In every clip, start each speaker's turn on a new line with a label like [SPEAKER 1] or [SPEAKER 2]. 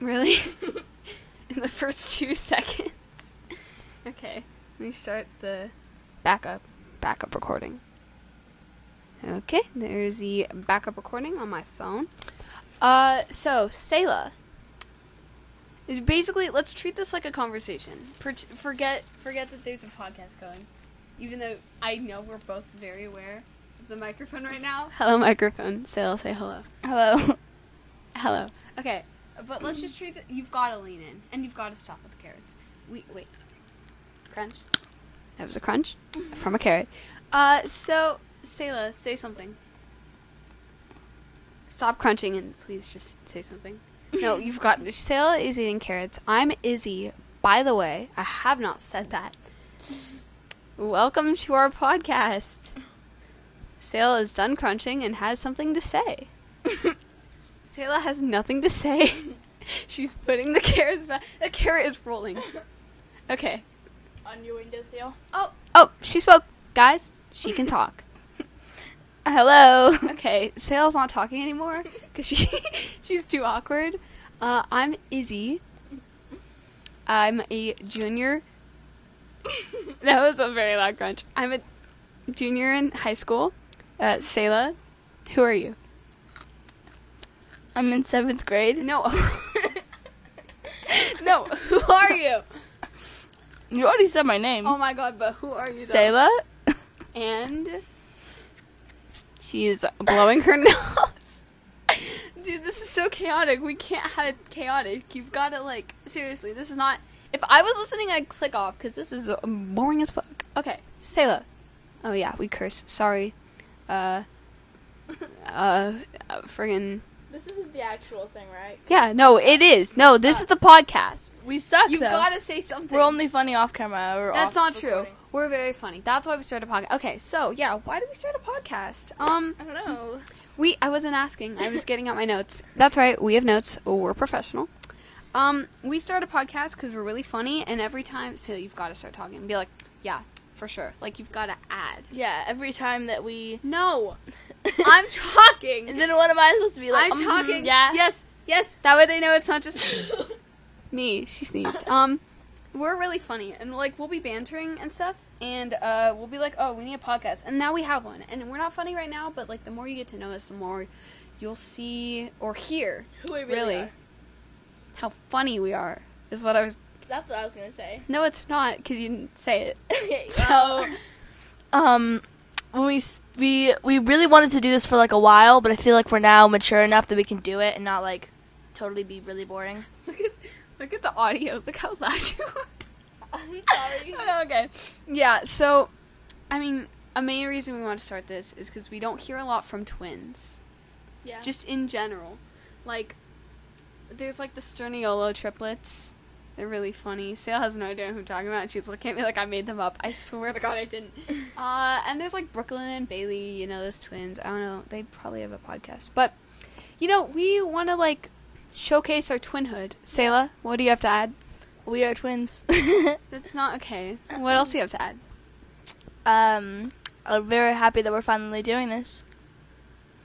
[SPEAKER 1] Really? In the first two seconds? Okay. Let me start the backup backup recording. Okay, there's the backup recording on my phone. Uh so Selah. It's basically let's treat this like a conversation. Per- forget forget that there's a podcast going. Even though I know we're both very aware of the microphone right now. Hello microphone. Selah say hello. Hello. hello. Okay. But let's just treat it. You've got to lean in, and you've got to stop with the carrots. We wait. Crunch. That was a crunch from a carrot. Uh, so Selah, say something. Stop crunching and please just say something. No, you've got. Selah is eating carrots. I'm Izzy. By the way, I have not said that. Welcome to our podcast. Selah is done crunching and has something to say. Selah has nothing to say. She's putting the carrots back. The carrot is rolling. Okay.
[SPEAKER 2] on your window sill.
[SPEAKER 1] Oh, oh, she spoke. Guys, she can talk. Hello. Okay, Sale's not talking anymore because she she's too awkward. Uh, I'm Izzy. I'm a junior. that was a very loud crunch. I'm a junior in high school. Uh, Selah, who are you?
[SPEAKER 2] I'm in seventh grade.
[SPEAKER 1] No. no, who are you?
[SPEAKER 2] You already said my name.
[SPEAKER 1] Oh my god, but who are you? though?
[SPEAKER 2] Selah?
[SPEAKER 1] and she is blowing her nose. Dude, this is so chaotic. We can't have it chaotic. You've got to like seriously. This is not. If I was listening, I'd click off because this is boring as fuck. Okay, Selah. Oh yeah, we curse. Sorry. Uh. Uh. uh, Friggin.
[SPEAKER 2] This isn't the actual thing, right?
[SPEAKER 1] Yeah. No, it is. No, this is the podcast.
[SPEAKER 2] We suck,
[SPEAKER 1] You've
[SPEAKER 2] though.
[SPEAKER 1] got to say something.
[SPEAKER 2] We're only funny off camera. Or
[SPEAKER 1] That's not
[SPEAKER 2] off
[SPEAKER 1] true.
[SPEAKER 2] recording.
[SPEAKER 1] We're very funny. That's why we started a podcast. Okay, so yeah, why did we start a podcast? Um.
[SPEAKER 2] I don't know.
[SPEAKER 1] We I wasn't asking. I was getting out my notes. That's right. We have notes. We're professional. Um, we start a podcast because we're really funny, and every time, so you've got to start talking and be like, yeah, for sure. Like you've got to add.
[SPEAKER 2] Yeah, every time that we.
[SPEAKER 1] No, I'm talking.
[SPEAKER 2] And then what am I supposed to be like?
[SPEAKER 1] I'm
[SPEAKER 2] mhm,
[SPEAKER 1] talking.
[SPEAKER 2] Yeah.
[SPEAKER 1] Yes. Yes. That way they know it's not just me. She sneezed. Um, we're really funny, and like we'll be bantering and stuff, and uh, we'll be like, oh, we need a podcast, and now we have one, and we're not funny right now, but like the more you get to know us, the more you'll see or hear
[SPEAKER 2] Who we really,
[SPEAKER 1] Really?
[SPEAKER 2] are.
[SPEAKER 1] how funny we are. Is what I was.
[SPEAKER 2] That's what I was gonna say.
[SPEAKER 1] No, it's not because you didn't say it.
[SPEAKER 2] Okay,
[SPEAKER 1] So-
[SPEAKER 2] well, um, when we s- we we really wanted to do this for like a while, but I feel like we're now mature enough that we can do it and not like totally be really boring.
[SPEAKER 1] Look at look at the audio. Look how loud you are.
[SPEAKER 2] I'm
[SPEAKER 1] okay. Yeah, so, I mean, a main reason we want to start this is because we don't hear a lot from twins.
[SPEAKER 2] yeah.
[SPEAKER 1] Just in general. Like, there's like the Sterniolo triplets. They're really funny. Sale has no idea who I'm talking about. and She's looking at me like I made them up. I swear to Oh God I didn't. Uh, and there's like Brooklyn and Bailey, you know, those twins. I don't know. They probably have a podcast. But, you know, we want to like showcase our twinhood. Selah, what do you have to add?
[SPEAKER 2] we are twins.
[SPEAKER 1] That's not okay. What else do you have to add?
[SPEAKER 2] um, I'm very happy that we're finally doing this.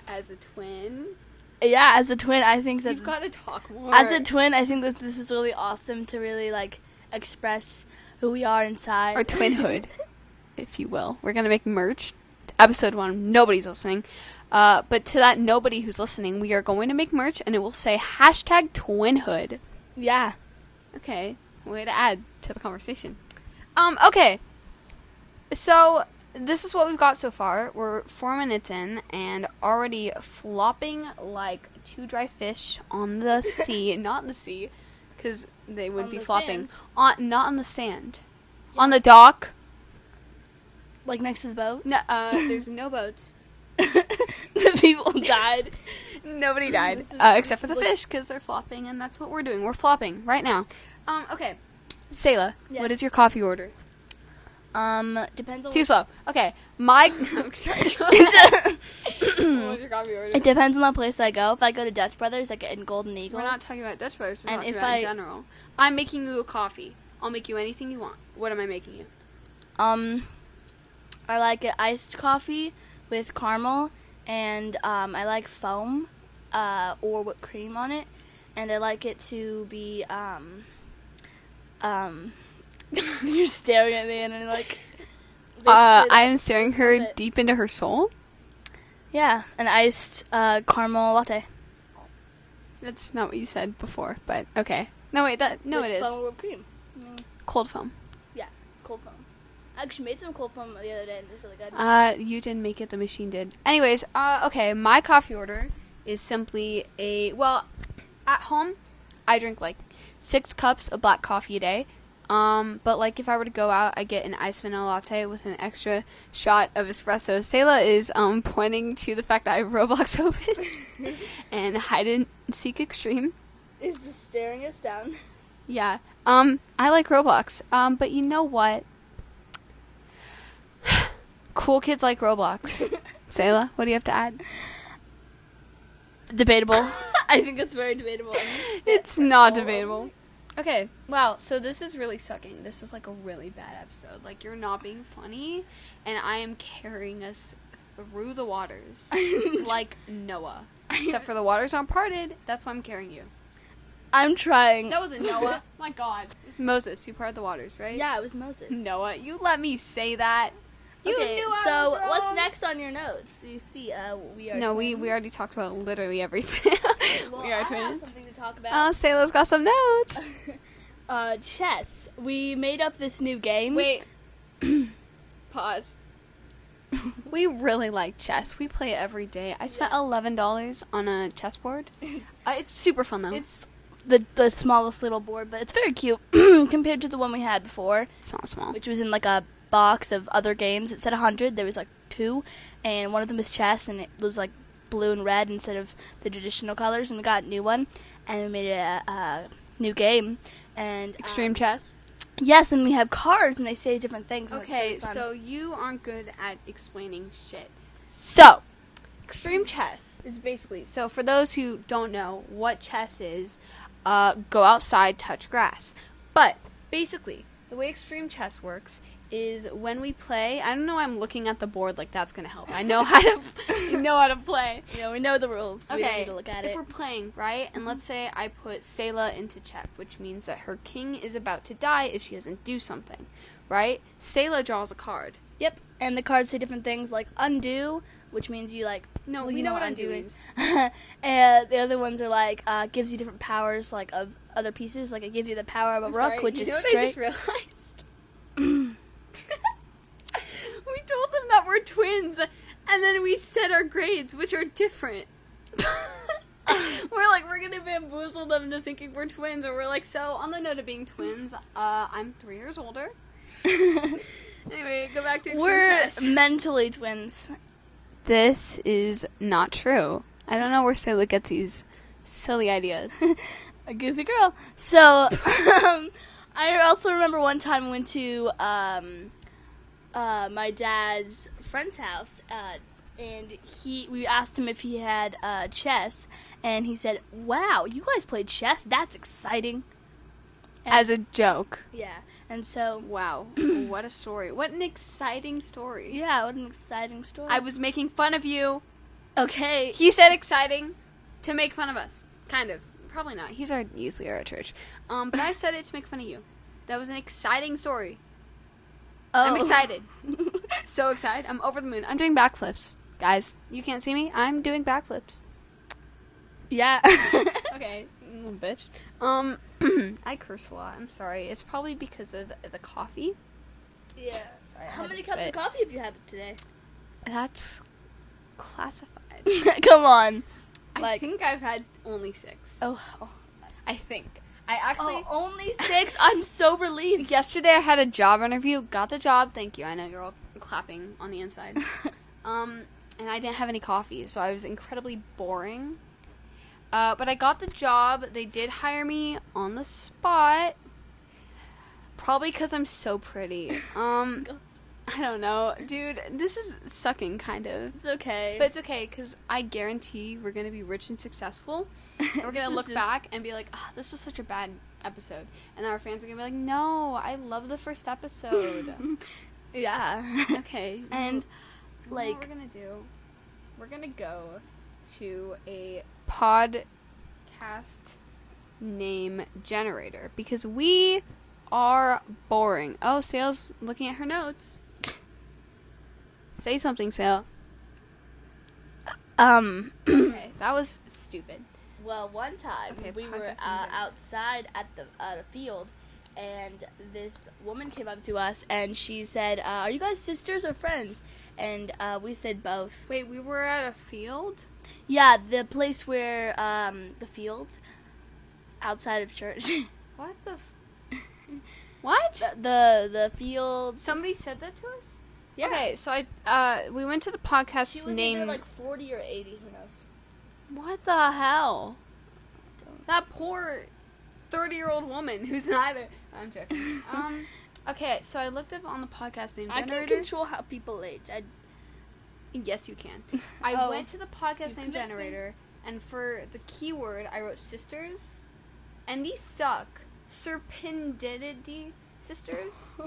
[SPEAKER 1] As a twin,
[SPEAKER 2] Yeah, as a twin, I think that
[SPEAKER 1] you've got to talk more.
[SPEAKER 2] as a twin, I think that this is really awesome to really like express who we are inside.
[SPEAKER 1] or twinhood, if you will. We're gonna make merch. Episode one, nobody's listening. Uh, but to that nobody who's listening, we are going to make merch, and it will say hashtag twinhood.
[SPEAKER 2] yeah.
[SPEAKER 1] Okay, way to add to the conversation. Um, okay. So this is what we've got so far. We're four minutes in and already flopping like two dry fish on the sea, not in the sea, because they would
[SPEAKER 2] On
[SPEAKER 1] be
[SPEAKER 2] the
[SPEAKER 1] flopping
[SPEAKER 2] sand.
[SPEAKER 1] on, not on the sand, on the dock.
[SPEAKER 2] Like next to the boat.
[SPEAKER 1] No, uh, there's no boats.
[SPEAKER 2] the people died.
[SPEAKER 1] Nobody died
[SPEAKER 2] This is-
[SPEAKER 1] uh, except for
[SPEAKER 2] this
[SPEAKER 1] the
[SPEAKER 2] is like-
[SPEAKER 1] fish, because they're flopping, and that's what we're doing. We're flopping right now. Um, okay, Selah, what
[SPEAKER 2] Yes.
[SPEAKER 1] is your coffee order?
[SPEAKER 2] Um, depends on
[SPEAKER 1] Too
[SPEAKER 2] what-
[SPEAKER 1] slow. Okay, my. I'm sorry. what was your coffee order?
[SPEAKER 2] it depends on the place I go. If I go to Dutch Brothers, I get in Golden Eagle.
[SPEAKER 1] We're not talking about Dutch Brothers. We're
[SPEAKER 2] And
[SPEAKER 1] talking
[SPEAKER 2] if
[SPEAKER 1] about in
[SPEAKER 2] I-
[SPEAKER 1] general. I'm making you a coffee. I'll make you anything you want. What am I making you?
[SPEAKER 2] Um, I like an iced coffee with caramel, and um, I like foam uh, or whipped cream on it. and I like it to be um um you're staring at me and I'm like
[SPEAKER 1] Uh,
[SPEAKER 2] basically
[SPEAKER 1] I am staring her
[SPEAKER 2] Stop it.
[SPEAKER 1] deep into her soul.
[SPEAKER 2] yeah, an iced uh, caramel latte.
[SPEAKER 1] That's not what you said before, but okay. No wait, that no,
[SPEAKER 2] with
[SPEAKER 1] it is
[SPEAKER 2] flower whipped cream. Mm,
[SPEAKER 1] cold foam.
[SPEAKER 2] cold foam. I actually made some cold foam the other day and it was really good.
[SPEAKER 1] Uh, you didn't make it. The machine did. Anyways, uh, okay. My coffee order is simply a well. At home, I drink like six cups of black coffee a day. Um, but like if I were to go out, I get an iced vanilla latte with an extra shot of espresso. Sayla is um pointing to the fact that I have Roblox open and hide and seek extreme.
[SPEAKER 2] It's just staring us down.
[SPEAKER 1] Yeah. Um, I like Roblox. Um, but you know what? cool kids like Roblox. Sayla, what do you have to add?
[SPEAKER 2] Debatable. I think it's very debatable.
[SPEAKER 1] It's not debatable. Okay. Wow. So this is really sucking. This is like a really bad episode. Like you're not being funny, and I am carrying us through the waters like Noah. Except for the waters aren't parted. That's why I'm carrying you.
[SPEAKER 2] I'm trying.
[SPEAKER 1] That wasn't Noah. My God. It's Moses who parted the waters, right?
[SPEAKER 2] Yeah, it was Moses.
[SPEAKER 1] Noah, you let me say that. You
[SPEAKER 2] okay,
[SPEAKER 1] knew I
[SPEAKER 2] so
[SPEAKER 1] was wrong.
[SPEAKER 2] what's next on your notes? You see, uh, we are.
[SPEAKER 1] No, we, we already talked about literally everything.
[SPEAKER 2] Well,
[SPEAKER 1] we are
[SPEAKER 2] I Have
[SPEAKER 1] twins.
[SPEAKER 2] something to talk
[SPEAKER 1] Oh,
[SPEAKER 2] about.
[SPEAKER 1] Sayla's got some notes.
[SPEAKER 2] uh, chess. We made up this new game.
[SPEAKER 1] Wait. Pause. Mm-hmm. we really like chess. We play it every day. I spent eleven dollars on a chessboard. Uh, it's super fun though.
[SPEAKER 2] it's the the smallest little board, but it's very cute compared to the one we had before,
[SPEAKER 1] it's not small.
[SPEAKER 2] which was in like a box of other games. It said hundred. There was like two, and one of them was chess, and it was like blue and red instead of the traditional colors. And we got a new one, and we made a, a new game. And um,
[SPEAKER 1] Extreme chess.
[SPEAKER 2] Yes, and we have cards, and they say different things. and it's really
[SPEAKER 1] Okay,
[SPEAKER 2] fun.
[SPEAKER 1] so you aren't good at explaining shit. So, extreme chess is basically so for those who don't know what chess is, uh, go outside, touch grass. But basically, the way extreme chess works is when we play. I don't know. why I'm looking at the board like that's gonna help. I know how to I know how to play.
[SPEAKER 2] you know, we know the rules. We don't need to look at
[SPEAKER 1] if
[SPEAKER 2] it.
[SPEAKER 1] we're playing, right, and let's say I put Selah into check, which means that her king is about to die if she doesn't do something, right? Selah draws a card.
[SPEAKER 2] Yep, and the cards say different things like undo, which means you like.
[SPEAKER 1] No,
[SPEAKER 2] well,
[SPEAKER 1] we
[SPEAKER 2] you
[SPEAKER 1] know what undo
[SPEAKER 2] and the other ones are like uh, gives you different powers like of other pieces. Like it gives you the power of a
[SPEAKER 1] I'm
[SPEAKER 2] rook,
[SPEAKER 1] sorry,
[SPEAKER 2] which
[SPEAKER 1] you
[SPEAKER 2] is
[SPEAKER 1] know what
[SPEAKER 2] straight.
[SPEAKER 1] I just realized. we told them that we're twins, and then we said our grades, which are different. we're like we're gonna bamboozle them into thinking we're twins, and we're like, so on the note of being twins, uh, I'm three years older. Anyway, go back to extreme
[SPEAKER 2] we're
[SPEAKER 1] chess.
[SPEAKER 2] mentally twins.
[SPEAKER 1] This is not true. I don't know where Sayla gets these silly ideas.
[SPEAKER 2] a goofy girl. So um, I also remember one time went to um, uh, my dad's friend's house, uh, and he we asked him if he had uh, chess, and he said, "Wow, you guys played chess? That's exciting."
[SPEAKER 1] As a joke.
[SPEAKER 2] Yeah, and so
[SPEAKER 1] Wow. what a story. What an exciting story.
[SPEAKER 2] yeah, what an exciting story.
[SPEAKER 1] I was making fun of you.
[SPEAKER 2] okay.
[SPEAKER 1] He said exciting to make fun of us. Kind of. Probably not. He's our youth leader at church. Um, but I said it to make fun of you. That was an exciting story. I'm
[SPEAKER 2] Oh.
[SPEAKER 1] excited. so excited. I'm over the moon. I'm doing backflips. Guys, you can't see me. I'm doing backflips.
[SPEAKER 2] yeah.
[SPEAKER 1] Okay, mm, bitch. Um, I curse a lot. I'm sorry. It's probably because of the coffee.
[SPEAKER 2] Yeah.
[SPEAKER 1] Sorry, I
[SPEAKER 2] How
[SPEAKER 1] had
[SPEAKER 2] many
[SPEAKER 1] to
[SPEAKER 2] cups of
[SPEAKER 1] spit.
[SPEAKER 2] coffee have you had today?
[SPEAKER 1] That's classified.
[SPEAKER 2] Come on.
[SPEAKER 1] I
[SPEAKER 2] Like-
[SPEAKER 1] think I've had only six.
[SPEAKER 2] Oh.
[SPEAKER 1] I think. I actually.
[SPEAKER 2] only six. I'm so relieved.
[SPEAKER 1] Yesterday I had a job interview. Got the job. Thank you. I know you're all clapping on the inside. um, and I didn't have any coffee, so I was incredibly boring. Uh, but I got the job. They did hire me on the spot. Probably because I'm so pretty. Um, I don't know, dude. This is sucking, kind of.
[SPEAKER 2] It's okay.
[SPEAKER 1] But it's okay because I guarantee we're gonna be rich and successful. And we're
[SPEAKER 2] This
[SPEAKER 1] gonna
[SPEAKER 2] is
[SPEAKER 1] look
[SPEAKER 2] just-
[SPEAKER 1] back and be like, oh, this was such a bad episode. And our fans are gonna be like, no, I love the first episode.
[SPEAKER 2] yeah.
[SPEAKER 1] okay.
[SPEAKER 2] and
[SPEAKER 1] you know
[SPEAKER 2] like
[SPEAKER 1] what we're gonna do? We're gonna go to a podcast name generator because we are boring. Oh, Sale's looking at her notes. Say something, Sale.
[SPEAKER 2] Um.
[SPEAKER 1] okay, that was stupid.
[SPEAKER 2] Well, one time
[SPEAKER 1] Okay,
[SPEAKER 2] we were
[SPEAKER 1] podcast
[SPEAKER 2] uh,
[SPEAKER 1] number.
[SPEAKER 2] outside at the at a field, and this woman came up to us and she said, uh, "Are you guys sisters or friends?" And uh, we said both.
[SPEAKER 1] Wait, we were at a field?
[SPEAKER 2] Yeah, the place where um, the field outside of church, the,
[SPEAKER 1] What the f- What?
[SPEAKER 2] the the field.
[SPEAKER 1] Somebody said that to us?
[SPEAKER 2] Yeah.
[SPEAKER 1] Okay, so I uh we went to the
[SPEAKER 2] She
[SPEAKER 1] podcast
[SPEAKER 2] was
[SPEAKER 1] name
[SPEAKER 2] either like forty or eighty. Who knows?
[SPEAKER 1] What the hell?
[SPEAKER 2] Don't-
[SPEAKER 1] That poor 30 year old woman who's neither. I'm joking. Um, okay, so I looked up on the podcast name
[SPEAKER 2] I
[SPEAKER 1] generator.
[SPEAKER 2] can control how people age. I,
[SPEAKER 1] yes, you can. I
[SPEAKER 2] Oh.
[SPEAKER 1] went to the podcast
[SPEAKER 2] You
[SPEAKER 1] name
[SPEAKER 2] convinced me.
[SPEAKER 1] generator, and for the keyword, I wrote sisters. And these suck. Serpendidity sisters,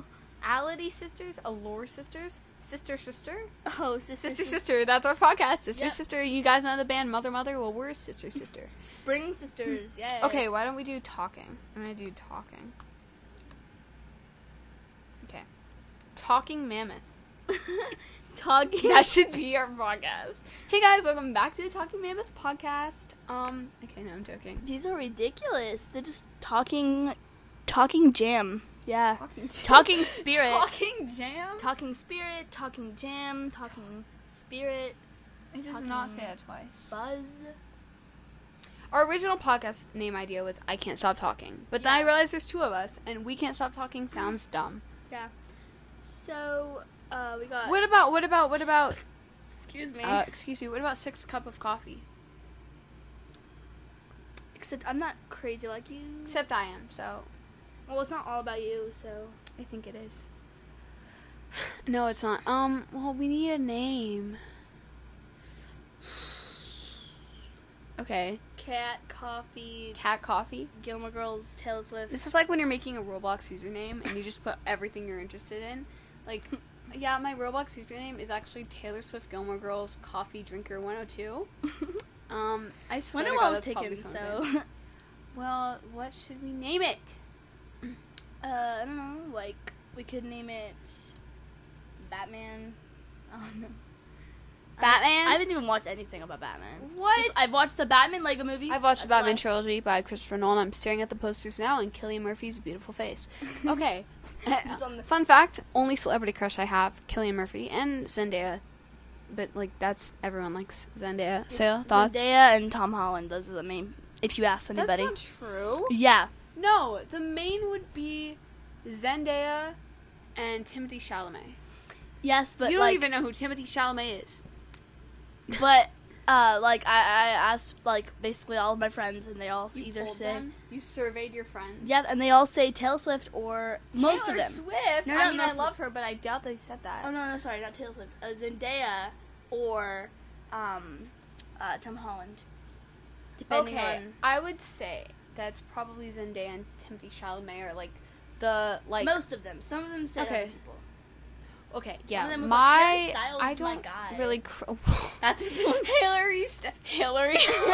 [SPEAKER 1] Ality sisters, Allure sisters, Sister Sister.
[SPEAKER 2] oh, sister,
[SPEAKER 1] Sister Sister, that's our podcast. Sister
[SPEAKER 2] Yep.
[SPEAKER 1] Sister, you guys know the band Mother Mother? Well, we're Sister Sister.
[SPEAKER 2] spring sisters. Yes.
[SPEAKER 1] Okay, why don't we do talking? I'm gonna do talking. Okay. Talking Mammoth.
[SPEAKER 2] talking?
[SPEAKER 1] That should be our podcast. Hey guys, welcome back to the Talking Mammoth podcast. Um, okay, no, I'm joking.
[SPEAKER 2] These are ridiculous. They're just talking, talking jam. Yeah.
[SPEAKER 1] Talking,
[SPEAKER 2] Talking spirit.
[SPEAKER 1] Talking jam?
[SPEAKER 2] Talking spirit, talking jam, talking spirit,
[SPEAKER 1] It does not say that twice.
[SPEAKER 2] buzz.
[SPEAKER 1] Our original podcast name idea was I Can't Stop Talking, but then I
[SPEAKER 2] Yeah.
[SPEAKER 1] realized there's two of us, and We Can't Stop Talking sounds dumb.
[SPEAKER 2] Yeah. So, uh, we got.
[SPEAKER 1] What about, what about, what about,
[SPEAKER 2] Excuse me.
[SPEAKER 1] uh, excuse me, what about Six Cup of Coffee?
[SPEAKER 2] Except I'm not crazy like you.
[SPEAKER 1] Except I am, so
[SPEAKER 2] well, it's not all about you, so.
[SPEAKER 1] I think it is. No, it's not. Um, well, we need a name. Okay.
[SPEAKER 2] Cat, coffee,
[SPEAKER 1] Cat Coffee.
[SPEAKER 2] Gilmore Girls, Taylor Swift.
[SPEAKER 1] This is like when you're making a Roblox username and you just put everything you're interested in. Like, yeah, my Roblox username is actually Taylor Swift Gilmore Girls Coffee Drinker 102. Um, I swear
[SPEAKER 2] Wonder
[SPEAKER 1] to
[SPEAKER 2] what
[SPEAKER 1] God,
[SPEAKER 2] was
[SPEAKER 1] that's probably
[SPEAKER 2] taken,
[SPEAKER 1] someone's
[SPEAKER 2] so.
[SPEAKER 1] name. Well, what should we name it?
[SPEAKER 2] uh, I don't know. Like, we could name it. Batman. I don't know.
[SPEAKER 1] Batman?
[SPEAKER 2] I haven't even watched anything about Batman.
[SPEAKER 1] What?
[SPEAKER 2] Just- I've watched the Batman Lego movie.
[SPEAKER 1] I've watched the
[SPEAKER 2] That's
[SPEAKER 1] Batman
[SPEAKER 2] why.
[SPEAKER 1] trilogy by Christopher Nolan. I'm staring at the posters now and Killian Murphy's beautiful face. Okay.
[SPEAKER 2] Just on the-
[SPEAKER 1] Fun fact: only celebrity crush I have, Killian Murphy and Zendaya. But like that's everyone likes Zendaya. So
[SPEAKER 2] It's
[SPEAKER 1] thoughts?
[SPEAKER 2] Zendaya and Tom Holland. Those are the main. If you ask
[SPEAKER 1] That's
[SPEAKER 2] anybody.
[SPEAKER 1] not true.
[SPEAKER 2] yeah.
[SPEAKER 1] No, the main would be Zendaya and Timothy Chalamet.
[SPEAKER 2] Yes, but
[SPEAKER 1] you don't
[SPEAKER 2] like,
[SPEAKER 1] even know who Timothy Chalamet is.
[SPEAKER 2] but uh, like I, I asked like basically all of my friends, and they all
[SPEAKER 1] You
[SPEAKER 2] either
[SPEAKER 1] polled
[SPEAKER 2] say
[SPEAKER 1] them? you surveyed your friends.
[SPEAKER 2] yeah, and they all say Taylor Swift or most
[SPEAKER 1] Taylor
[SPEAKER 2] of them.
[SPEAKER 1] Swift.
[SPEAKER 2] No,
[SPEAKER 1] I
[SPEAKER 2] not
[SPEAKER 1] mean,
[SPEAKER 2] most
[SPEAKER 1] I
[SPEAKER 2] of
[SPEAKER 1] love her, but I doubt they said that.
[SPEAKER 2] oh no, no, sorry, not Taylor Swift. Uh, Zendaya or um, uh, Tom Holland. Depending
[SPEAKER 1] okay,
[SPEAKER 2] on
[SPEAKER 1] I would say that's probably Zendaya and Timothy Chalamet are like the like.
[SPEAKER 2] most of them. Some of them say
[SPEAKER 1] Okay.
[SPEAKER 2] other people.
[SPEAKER 1] okay, yeah.
[SPEAKER 2] of them was like,
[SPEAKER 1] my
[SPEAKER 2] Harry Styles
[SPEAKER 1] I
[SPEAKER 2] is my
[SPEAKER 1] don't
[SPEAKER 2] guy.
[SPEAKER 1] really. Cr-
[SPEAKER 2] That's what someone-
[SPEAKER 1] Hillary. St- Hillary.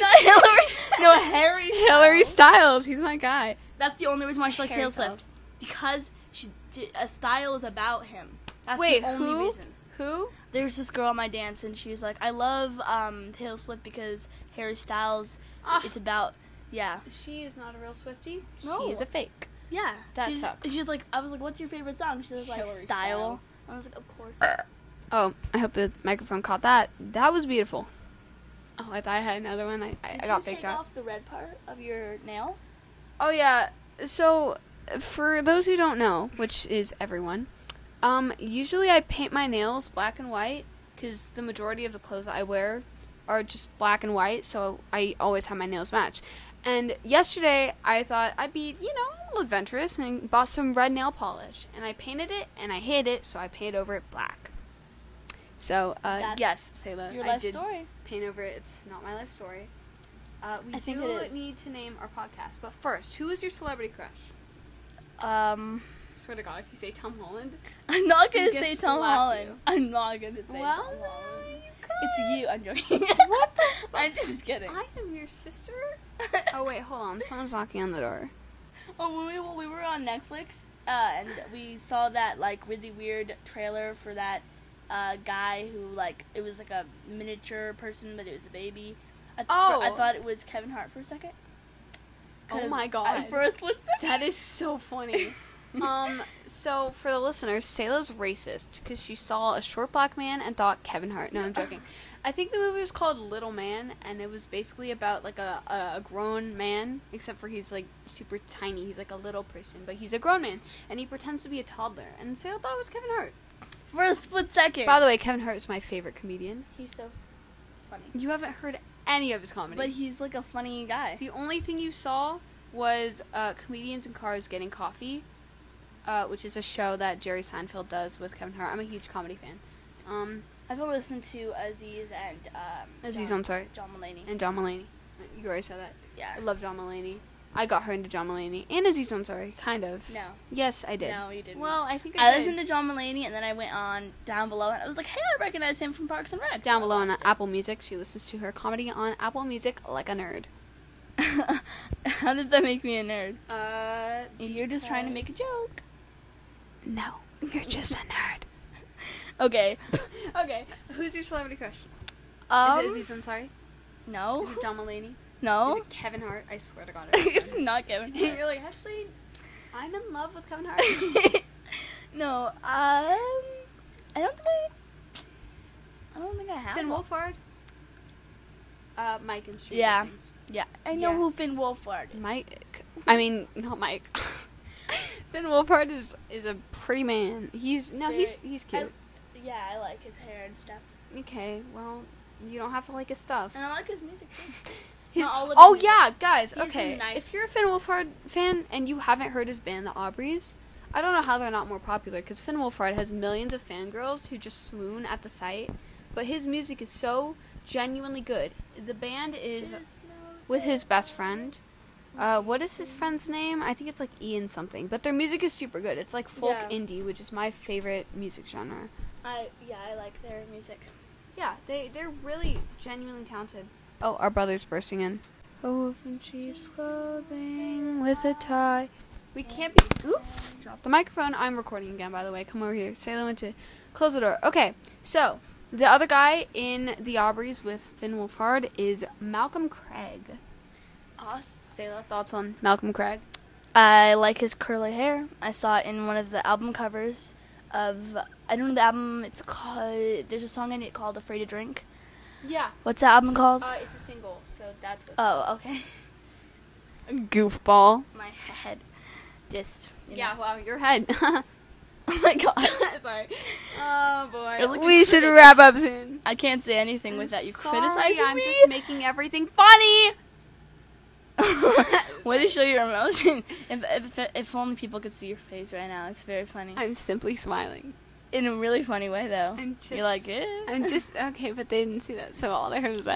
[SPEAKER 2] Not Hillary. No, Harry.
[SPEAKER 1] Hillary
[SPEAKER 2] Styles.
[SPEAKER 1] Styles. He's my guy.
[SPEAKER 2] That's the only reason why she likes
[SPEAKER 1] Harry
[SPEAKER 2] Taylor
[SPEAKER 1] Styles.
[SPEAKER 2] Swift because she did, a style is about him. That's
[SPEAKER 1] Wait,
[SPEAKER 2] the only
[SPEAKER 1] who?
[SPEAKER 2] reason.
[SPEAKER 1] Who?
[SPEAKER 2] There's this girl on my dance, and she was like, "I love um, Taylor Swift because Harry Styles.
[SPEAKER 1] Ah.
[SPEAKER 2] It's about yeah,
[SPEAKER 1] She is not a real Swifty.
[SPEAKER 2] No.
[SPEAKER 1] She is a fake.
[SPEAKER 2] yeah.
[SPEAKER 1] That
[SPEAKER 2] she's,
[SPEAKER 1] sucks.
[SPEAKER 2] She's like, I was like, "What's your favorite song?" She was like,
[SPEAKER 1] Harry
[SPEAKER 2] "Style."
[SPEAKER 1] Styles.
[SPEAKER 2] And I was like, "Of course."
[SPEAKER 1] Oh, I hope the microphone caught that. That was beautiful. Oh, I thought I had another one. I, I,
[SPEAKER 2] Did
[SPEAKER 1] I got
[SPEAKER 2] you
[SPEAKER 1] faked
[SPEAKER 2] take
[SPEAKER 1] out.
[SPEAKER 2] off the red part of your nail?
[SPEAKER 1] Oh yeah. So for those who don't know, which is everyone, um, usually I paint my nails black and white because the majority of the clothes that I wear are just black and white, so I always have my nails match. And yesterday I thought I'd be, you know, a little adventurous and bought some red nail polish and I painted it and I hid it, so I painted over it black. So uh,
[SPEAKER 2] That's
[SPEAKER 1] yes, Sayla,
[SPEAKER 2] Your
[SPEAKER 1] I
[SPEAKER 2] life
[SPEAKER 1] did
[SPEAKER 2] story.
[SPEAKER 1] paint over it. It's not my life story. Uh, we
[SPEAKER 2] I think
[SPEAKER 1] do
[SPEAKER 2] it is.
[SPEAKER 1] need to name our podcast, but first, who is your celebrity crush?
[SPEAKER 2] Um,
[SPEAKER 1] I swear to God, if you say Tom Holland,
[SPEAKER 2] I'm not gonna
[SPEAKER 1] Just
[SPEAKER 2] say Tom
[SPEAKER 1] slap
[SPEAKER 2] Holland.
[SPEAKER 1] you.
[SPEAKER 2] I'm not gonna say
[SPEAKER 1] well,
[SPEAKER 2] Tom
[SPEAKER 1] no,
[SPEAKER 2] Holland.
[SPEAKER 1] you could.
[SPEAKER 2] It's you. I'm joking.
[SPEAKER 1] What the
[SPEAKER 2] I'm just kidding.
[SPEAKER 1] I am your sister? Oh, wait, hold on. Someone's knocking on the door.
[SPEAKER 2] Oh, when we, when we were on Netflix, uh, and we saw that like really weird trailer for that uh, guy who like it was like a miniature person, but it was a baby. I th-
[SPEAKER 1] Oh.
[SPEAKER 2] I thought it was Kevin Hart for a second. 'Cause
[SPEAKER 1] Oh my
[SPEAKER 2] I
[SPEAKER 1] God.
[SPEAKER 2] first was
[SPEAKER 1] That is so funny. um, so for the listeners, Sayla's racist because she saw a short black man and thought Kevin Hart. No, I'm joking. I think the movie was called Little Man, and it was basically about like a, a a grown man, except for he's like super tiny. He's like a little person, but he's a grown man, and he pretends to be a toddler. And Sayla thought it was Kevin Hart.
[SPEAKER 2] for a split second.
[SPEAKER 1] By the way, Kevin Hart is my favorite comedian.
[SPEAKER 2] he's so funny,
[SPEAKER 1] You haven't heard any of his comedy.
[SPEAKER 2] but he's like a funny guy.
[SPEAKER 1] The only thing you saw was uh, comedians in cars getting coffee, uh, which is a show that Jerry Seinfeld does with Kevin Hart. I'm a huge comedy fan. Um,
[SPEAKER 2] I've only listened to Aziz and um,
[SPEAKER 1] Aziz
[SPEAKER 2] John,
[SPEAKER 1] Ansari
[SPEAKER 2] John Mulaney.
[SPEAKER 1] and John Mulaney. You already said that.
[SPEAKER 2] yeah.
[SPEAKER 1] I love John Mulaney. I got her into John Mulaney and Aziz Ansari, kind of.
[SPEAKER 2] No.
[SPEAKER 1] Yes, I did.
[SPEAKER 2] No, you didn't.
[SPEAKER 1] Well, I think I,
[SPEAKER 2] I
[SPEAKER 1] did.
[SPEAKER 2] listened to John Mulaney, and then I went on down below, and I was like, "Hey, I recognize him from Parks and Rec."
[SPEAKER 1] down below on Apple Music. She listens to her comedy on Apple Music like a nerd.
[SPEAKER 2] How does that make me a nerd?
[SPEAKER 1] Uh,
[SPEAKER 2] You're just trying to make a joke.
[SPEAKER 1] no, you're just a nerd.
[SPEAKER 2] Okay.
[SPEAKER 1] okay, who's your celebrity crush?
[SPEAKER 2] Um,
[SPEAKER 1] is it Aziz Ansari?
[SPEAKER 2] no,
[SPEAKER 1] Is it John Mulaney? Is
[SPEAKER 2] no,
[SPEAKER 1] it Kevin Hart? I swear to God.
[SPEAKER 2] it's not Kevin. Hart.
[SPEAKER 1] You're like, actually, I'm in love with Kevin Hart.
[SPEAKER 2] no, um, I don't think I. I don't think I have.
[SPEAKER 1] Finn
[SPEAKER 2] one.
[SPEAKER 1] Wolfhard. Uh, Mike and Stranger
[SPEAKER 2] Yeah.
[SPEAKER 1] Things.
[SPEAKER 2] Yeah, I know
[SPEAKER 1] Yeah.
[SPEAKER 2] who Finn Wolfhard. is.
[SPEAKER 1] Mike. I mean, not Mike. Finn Wolfhard is is a pretty man. He's no, he's
[SPEAKER 2] Very-
[SPEAKER 1] he's
[SPEAKER 2] I-
[SPEAKER 1] cute.
[SPEAKER 2] yeah, I like his hair and stuff,
[SPEAKER 1] okay, well, you don't have to like his stuff.
[SPEAKER 2] and I like his music too.
[SPEAKER 1] His-
[SPEAKER 2] not all of
[SPEAKER 1] oh
[SPEAKER 2] his-
[SPEAKER 1] yeah, guys.
[SPEAKER 2] he has some
[SPEAKER 1] Okay,
[SPEAKER 2] nice-
[SPEAKER 1] if you're a Finn Wolfhard fan and you haven't heard his band, the Aubreys, I don't know how they're not more popular because Finn Wolfhard has millions of fangirls who just swoon at the sight. But his music is so genuinely good. The band is
[SPEAKER 2] Just know
[SPEAKER 1] with his
[SPEAKER 2] that-
[SPEAKER 1] best friend. Uh, what is his friend's name? I think it's like Ian something. But their music is super good. It's like folk
[SPEAKER 2] Yeah.
[SPEAKER 1] indie, which is my favorite music genre.
[SPEAKER 2] I yeah, I like their music.
[SPEAKER 1] Yeah, they they're really genuinely talented. Oh, our brother's bursting in. A wolf in sheep's clothing with a tie. We can't be. Oops. Drop the microphone. I'm recording again, by the way. Come over here. Sailor went to close the door. Okay, so the other guy in the Aubreys with Finn Wolfhard is Malcolm Craig.
[SPEAKER 2] Awesome.
[SPEAKER 1] Sailor, thoughts on Malcolm Craig?
[SPEAKER 2] I like his curly hair. I saw it in one of the album covers of I don't know the album. It's called. There's a song in it called "Afraid to Drink."
[SPEAKER 1] Yeah,
[SPEAKER 2] What's that album called?
[SPEAKER 1] Uh, it's a single, so that's what's
[SPEAKER 2] oh, okay.
[SPEAKER 1] goofball.
[SPEAKER 2] My head just. you
[SPEAKER 1] Yeah,
[SPEAKER 2] know.
[SPEAKER 1] wow, your head.
[SPEAKER 2] Oh my god.
[SPEAKER 1] Sorry. Oh
[SPEAKER 2] You're
[SPEAKER 1] boy.
[SPEAKER 2] looking
[SPEAKER 1] We should
[SPEAKER 2] great.
[SPEAKER 1] wrap up soon.
[SPEAKER 2] I can't say anything without you
[SPEAKER 1] sorry,
[SPEAKER 2] criticizing
[SPEAKER 1] I'm
[SPEAKER 2] me.
[SPEAKER 1] just making everything funny.
[SPEAKER 2] Way to show your emotion. If, if, if only people could see your face right now. It's very funny.
[SPEAKER 1] I'm simply smiling.
[SPEAKER 2] in a really funny way, though.
[SPEAKER 1] I'm just.
[SPEAKER 2] You're like, eh.
[SPEAKER 1] I'm just okay, but they didn't see that, so all they heard was eh.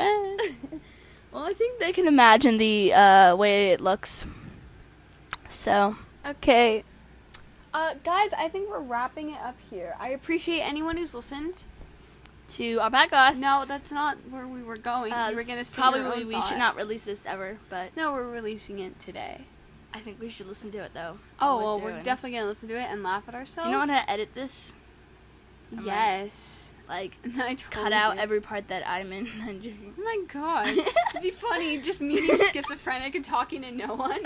[SPEAKER 2] Well, I think they can imagine the uh, way it looks. So,
[SPEAKER 1] Okay. Uh, guys, I think we're wrapping it up here. I appreciate anyone who's listened.
[SPEAKER 2] to our podcast.
[SPEAKER 1] No, that's not where we were going.
[SPEAKER 2] Uh,
[SPEAKER 1] we were
[SPEAKER 2] this-
[SPEAKER 1] gonna say
[SPEAKER 2] probably
[SPEAKER 1] your own
[SPEAKER 2] we
[SPEAKER 1] thought.
[SPEAKER 2] should not release this ever, but
[SPEAKER 1] No, we're releasing it today.
[SPEAKER 2] I think we should listen to it though.
[SPEAKER 1] Oh
[SPEAKER 2] We're
[SPEAKER 1] well, we're
[SPEAKER 2] doing-
[SPEAKER 1] definitely gonna listen to it and laugh at
[SPEAKER 2] Do
[SPEAKER 1] ourselves.
[SPEAKER 2] you know how to edit this? I'm
[SPEAKER 1] Yes.
[SPEAKER 2] Like,
[SPEAKER 1] No, I told
[SPEAKER 2] cut out
[SPEAKER 1] you.
[SPEAKER 2] every part that I'm in. I'm joking.
[SPEAKER 1] Oh my gosh. It'd be funny just me being schizophrenic and talking to no one.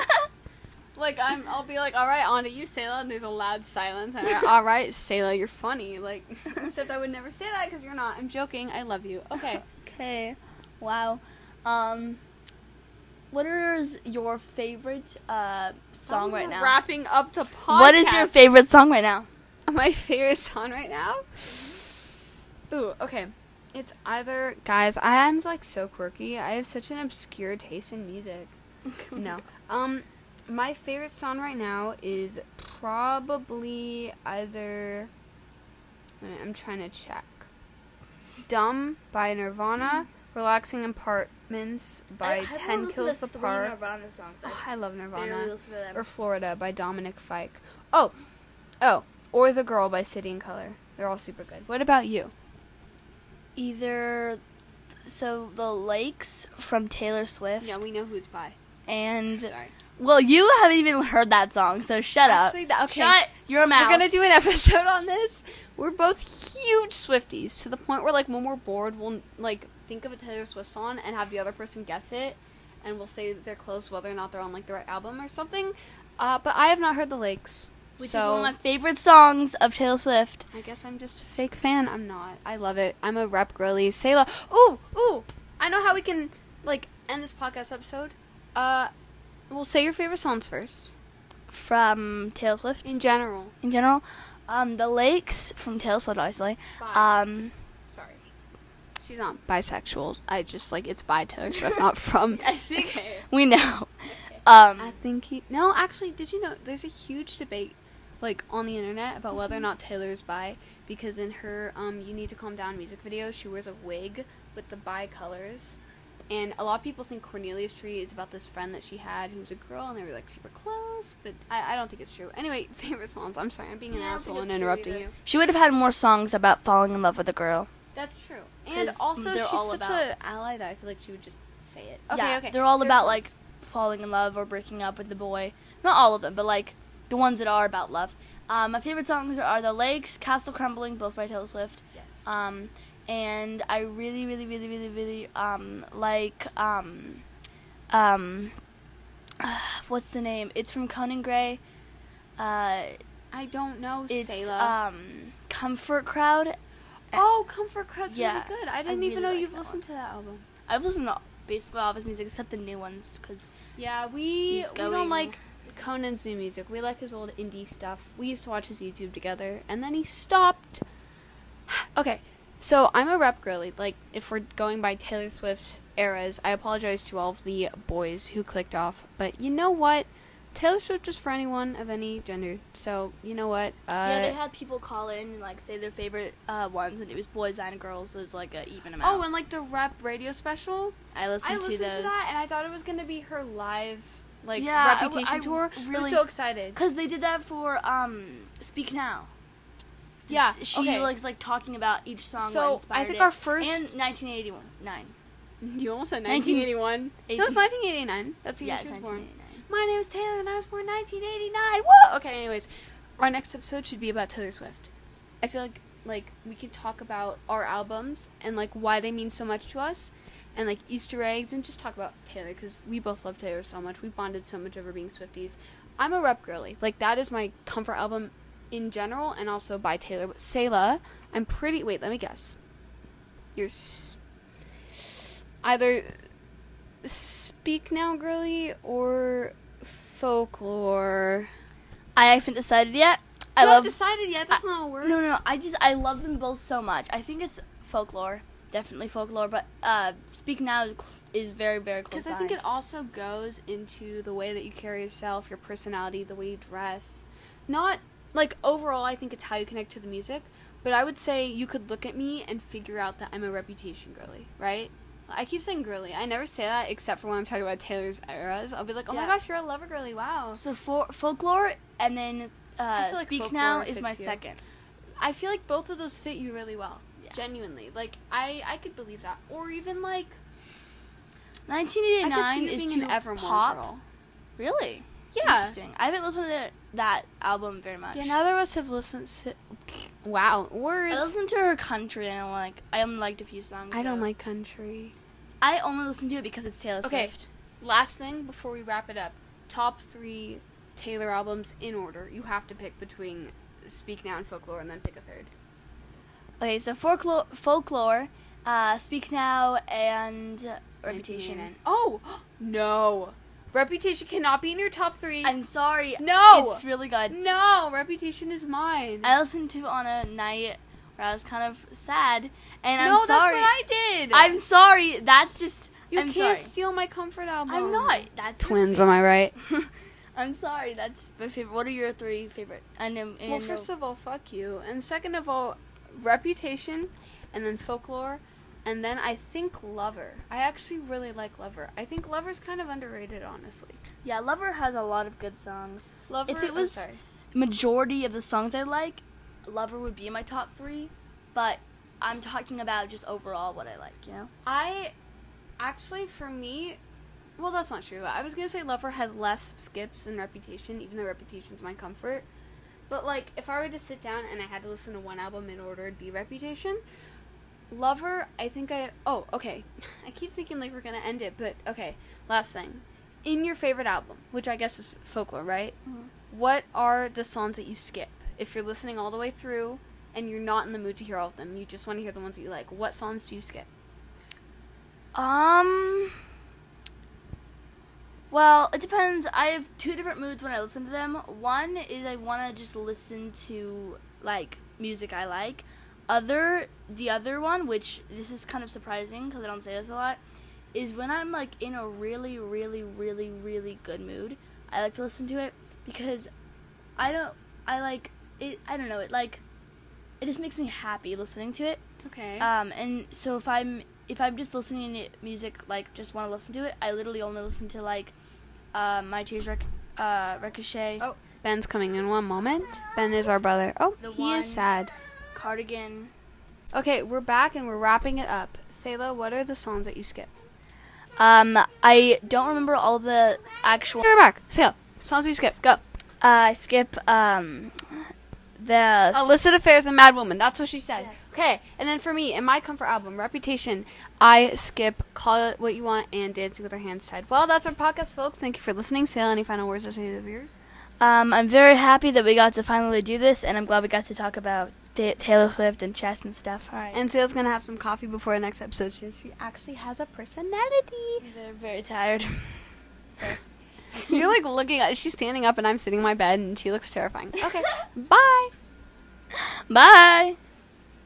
[SPEAKER 1] Like I'm I'll be like, Alright, on to you, Sayla, and there's a loud silence. And I'm like, Alright, Sayla, you're funny. Like except I would never say that because you're not. I'm joking, I love you. Okay.
[SPEAKER 2] Okay. Wow. Um. What is your favorite uh, song
[SPEAKER 1] Um,
[SPEAKER 2] right now?
[SPEAKER 1] Wrapping up the podcast.
[SPEAKER 2] what is your favorite song right now?
[SPEAKER 1] my favorite song right now? Ooh, okay. It's either guys, I am like so quirky. I have such an obscure taste in music. no. Um, my favorite song right now is probably either. wait a minute, I'm trying to check. "Dumb" by Nirvana, "Relaxing Apartments" by Ten Kills the Park. Oh, I love Nirvana. Or "Florida" by Dominic Fike. Oh, oh, or "The Girl" by City and Color. They're all super good. What about you?
[SPEAKER 2] either so the lakes from Taylor Swift
[SPEAKER 1] Yeah, we know who it's by.
[SPEAKER 2] and
[SPEAKER 1] Sorry.
[SPEAKER 2] well you haven't even heard that song so shut
[SPEAKER 1] Actually,
[SPEAKER 2] up
[SPEAKER 1] that- okay.
[SPEAKER 2] shut your mouth
[SPEAKER 1] We're gonna do an episode on this. We're both huge Swifties to the point where like when we're bored, we'll like think of a Taylor Swift song and have the other person guess it, and we'll say that they're close whether or not they're on like the right album or something. Uh, but I have not heard the Lakes,
[SPEAKER 2] which
[SPEAKER 1] so
[SPEAKER 2] is one of my favorite songs of Taylor Swift
[SPEAKER 1] I guess I'm just a fake fan. I'm not. I love it. I'm a rep girly. Sayla. Ooh, ooh. I know how we can like end this podcast episode. Uh, we'll say your favorite songs first
[SPEAKER 2] from Taylor Swift
[SPEAKER 1] in general.
[SPEAKER 2] in general um the lakes from Taylor Swift obviously
[SPEAKER 1] Bye.
[SPEAKER 2] um
[SPEAKER 1] Sorry. She's not bisexual. I just like it's bi Taylor Swift, not from.
[SPEAKER 2] I think-
[SPEAKER 1] Okay.
[SPEAKER 2] we know um
[SPEAKER 1] I think he. No, actually, did you know there's a huge debate, like on the internet, about whether or not Taylor is bi because in her um "You Need to Calm Down" music video, she wears a wig with the bi colors, and a lot of people think Cornelius Tree is about this friend that she had who was a girl, and they were like super close, but I, I don't think it's true. Anyway, favorite songs. I'm sorry, I'm being an
[SPEAKER 2] Yeah, I don't
[SPEAKER 1] asshole and
[SPEAKER 2] think it's true
[SPEAKER 1] interrupting
[SPEAKER 2] either.
[SPEAKER 1] you.
[SPEAKER 2] She would have had more songs about falling in love with a girl.
[SPEAKER 1] That's true. And
[SPEAKER 2] 'Cause
[SPEAKER 1] also,
[SPEAKER 2] they're
[SPEAKER 1] she's
[SPEAKER 2] all
[SPEAKER 1] such
[SPEAKER 2] about-
[SPEAKER 1] an ally that I feel like she would just say it. Okay,
[SPEAKER 2] yeah,
[SPEAKER 1] okay.
[SPEAKER 2] They're all
[SPEAKER 1] Favorite
[SPEAKER 2] about
[SPEAKER 1] songs.
[SPEAKER 2] like falling in love or breaking up with the boy. Not all of them, but like the ones that are about love. Um, my favorite songs are The Lakes, Castle Crumbling, both by Taylor Swift.
[SPEAKER 1] Yes.
[SPEAKER 2] Um, and I really, really, really, really, really um, like um, um, what's the name? It's from Conan Gray. Uh,
[SPEAKER 1] I don't know,
[SPEAKER 2] it's
[SPEAKER 1] Sayla.
[SPEAKER 2] um, Comfort Crowd.
[SPEAKER 1] oh, Comfort Crowd's
[SPEAKER 2] yeah,
[SPEAKER 1] really good.
[SPEAKER 2] I
[SPEAKER 1] I didn't
[SPEAKER 2] really
[SPEAKER 1] even know
[SPEAKER 2] like
[SPEAKER 1] you've
[SPEAKER 2] that
[SPEAKER 1] listened to that album.
[SPEAKER 2] I've listened to basically all of his music except the new ones because
[SPEAKER 1] Yeah, we
[SPEAKER 2] He's
[SPEAKER 1] we don't
[SPEAKER 2] going-
[SPEAKER 1] like Conan's new music. We like his old indie stuff. We used to watch his YouTube together, and then he stopped. okay, so I'm a rep girly. Like, if we're going by Taylor Swift eras, I apologize to all of the boys who clicked off. But you know what? Taylor Swift is for anyone of any gender. So you know what? Uh,
[SPEAKER 2] yeah, they had people call in and like say their favorite uh, ones, and it was boys and girls, so it's like an even amount.
[SPEAKER 1] oh, and like the rep radio special.
[SPEAKER 2] I listened,
[SPEAKER 1] I listened
[SPEAKER 2] to
[SPEAKER 1] to,
[SPEAKER 2] those
[SPEAKER 1] that, and I thought it was gonna be her live like
[SPEAKER 2] Yeah, I w-
[SPEAKER 1] reputation
[SPEAKER 2] I
[SPEAKER 1] tour. I was
[SPEAKER 2] really-
[SPEAKER 1] so excited.
[SPEAKER 2] because they did that for um, Speak Now.
[SPEAKER 1] Yeah,
[SPEAKER 2] she
[SPEAKER 1] okay.
[SPEAKER 2] was like talking about each song. what
[SPEAKER 1] So, I
[SPEAKER 2] inspired
[SPEAKER 1] think
[SPEAKER 2] it.
[SPEAKER 1] our first-
[SPEAKER 2] and 1981 nine.
[SPEAKER 1] You almost said 1981.
[SPEAKER 2] 1981. Eight-
[SPEAKER 1] No, it's 1989. That's the year
[SPEAKER 2] Yeah,
[SPEAKER 1] she
[SPEAKER 2] it's
[SPEAKER 1] was born.
[SPEAKER 2] 1989.
[SPEAKER 1] My name is Taylor, and I was born 1989. Woo! Okay, anyways, our next episode should be about Taylor Swift. I feel like like we could talk about our albums and like why they mean so much to us, and like Easter eggs, and just talk about Taylor because we both love Taylor so much. We bonded so much over being Swifties. I'm a rep girly. Like that is my comfort album in general, and also by Taylor. But Selah, I'm pretty. Wait, let me guess. You're s- either speak now girly or folklore.
[SPEAKER 2] I haven't decided yet. I love.
[SPEAKER 1] decided yet.
[SPEAKER 2] that's
[SPEAKER 1] not a word.
[SPEAKER 2] no, no, no. I just I love them both so much. I think it's folklore, definitely folklore, but uh, Speak Now is very, very close.
[SPEAKER 1] Because I think
[SPEAKER 2] behind.
[SPEAKER 1] it also goes into the way that you carry yourself, your personality, the way you dress. Not like overall, I think it's how you connect to the music. But I would say you could look at me and figure out that I'm a reputation girly, right? I keep saying girly. I never say that except for when I'm talking about Taylor's eras. I'll be like, oh
[SPEAKER 2] Yeah.
[SPEAKER 1] my gosh, you're a lover girly. Wow.
[SPEAKER 2] So for folklore and then uh,
[SPEAKER 1] feel like
[SPEAKER 2] speak
[SPEAKER 1] folklore
[SPEAKER 2] now is
[SPEAKER 1] fits
[SPEAKER 2] my
[SPEAKER 1] you.
[SPEAKER 2] second.
[SPEAKER 1] I feel like both of those fit you really well.
[SPEAKER 2] Yeah.
[SPEAKER 1] Genuinely, like I, I could believe that, or even like I could see
[SPEAKER 2] 1989
[SPEAKER 1] you
[SPEAKER 2] is
[SPEAKER 1] being
[SPEAKER 2] too
[SPEAKER 1] an Evermore
[SPEAKER 2] pop.
[SPEAKER 1] girl.
[SPEAKER 2] Really?
[SPEAKER 1] Yeah.
[SPEAKER 2] Interesting. I haven't listened to that, that album very much.
[SPEAKER 1] Yeah, neither of us have listened. to... Wow,
[SPEAKER 2] I
[SPEAKER 1] words.
[SPEAKER 2] listened to her country and I like I only liked a few songs.
[SPEAKER 1] I don't
[SPEAKER 2] though.
[SPEAKER 1] like country.
[SPEAKER 2] I only listen to it because it's Taylor
[SPEAKER 1] Okay.
[SPEAKER 2] Swift.
[SPEAKER 1] Last thing before we wrap it up, top three Taylor albums in order. You have to pick between Speak Now and Folklore, and then pick a third.
[SPEAKER 2] Okay, so folklore, folklore, uh, Speak Now, and Reputation.
[SPEAKER 1] 1989. Oh no, Reputation cannot be in your top three.
[SPEAKER 2] I'm sorry.
[SPEAKER 1] No!
[SPEAKER 2] It's really good.
[SPEAKER 1] no, Reputation is mine.
[SPEAKER 2] I listened to it on a night where I was kind of sad, and
[SPEAKER 1] no,
[SPEAKER 2] I'm
[SPEAKER 1] that's
[SPEAKER 2] sorry.
[SPEAKER 1] what I did.
[SPEAKER 2] I'm sorry. That's just.
[SPEAKER 1] You
[SPEAKER 2] I'm
[SPEAKER 1] can't
[SPEAKER 2] sorry.
[SPEAKER 1] steal my comfort album.
[SPEAKER 2] I'm not. That's your
[SPEAKER 1] am I right?
[SPEAKER 2] favorite. I'm sorry. That's my favorite. What are your three favorite? And, um, and
[SPEAKER 1] Well, first of all, fuck you. And second of all, reputation, and then folklore, and then I think Lover. I actually really like Lover. I think Lover's kind of underrated, honestly.
[SPEAKER 2] yeah, Lover has a lot of good songs.
[SPEAKER 1] Lover.
[SPEAKER 2] If it
[SPEAKER 1] I'm
[SPEAKER 2] was-
[SPEAKER 1] sorry.
[SPEAKER 2] Majority of the songs I like, Lover would be in my top three, but I'm talking about just overall what I like, you know?
[SPEAKER 1] I actually, for me, well, that's not true. I was gonna say Lover has less skips than Reputation, even though Reputation's my comfort. But like, if I were to sit down and I had to listen to one album in order, it'd be Reputation. Lover, I think I. Oh, okay. I keep thinking like we're gonna end it, but okay. Last thing, in your favorite album, which I guess is Folklore, right? What are the songs that you skip if you're listening all the way through and you're not in the mood to hear all of them? You just want to hear the ones that you like. What songs do you skip?
[SPEAKER 2] Um. Well, it depends. I have two different moods when I listen to them. One is I want to just listen to like music I like. Other, the other one, which this is kind of surprising because I don't say this a lot, is when I'm like in a really, really, really, really good mood. I like to listen to it because I don't. I like it. I don't know. It like it just makes me happy listening to it.
[SPEAKER 1] Okay.
[SPEAKER 2] Um, and so if I'm if I'm just listening to music, like just want to listen to it, I literally only listen to like uh, my tears rec- uh, ricochet,
[SPEAKER 1] Oh, Ben's coming in one moment. Ben is our brother. Oh,
[SPEAKER 2] The
[SPEAKER 1] he
[SPEAKER 2] one-
[SPEAKER 1] is sad.
[SPEAKER 2] cardigan.
[SPEAKER 1] Okay, we're back and we're wrapping it up. Sayla, what are the songs that you skip?
[SPEAKER 2] Um, I don't remember all the actual. uh,
[SPEAKER 1] We're back. Sayla, songs you skip. Go.
[SPEAKER 2] I skip um the
[SPEAKER 1] Illicit Affairs and Mad Woman. That's what she said.
[SPEAKER 2] Yes.
[SPEAKER 1] Okay, and then for me, in my comfort album, Reputation, I skip Call It What You Want and Dancing with Our Hands Tied. Well, that's our podcast, folks. Thank you for listening. Sayla, any final words to say to the viewers?
[SPEAKER 2] Um, I'm very happy that we got to finally do this, and I'm glad we got to talk about Ta Taylor Swift and chess and stuff. All right.
[SPEAKER 1] And Sayla's going to have some coffee before the next episode. She she actually has a personality.
[SPEAKER 2] they're very tired.
[SPEAKER 1] You're like looking at. She's standing up, and I'm sitting in my bed, and she looks terrifying. Okay, bye.
[SPEAKER 2] Bye.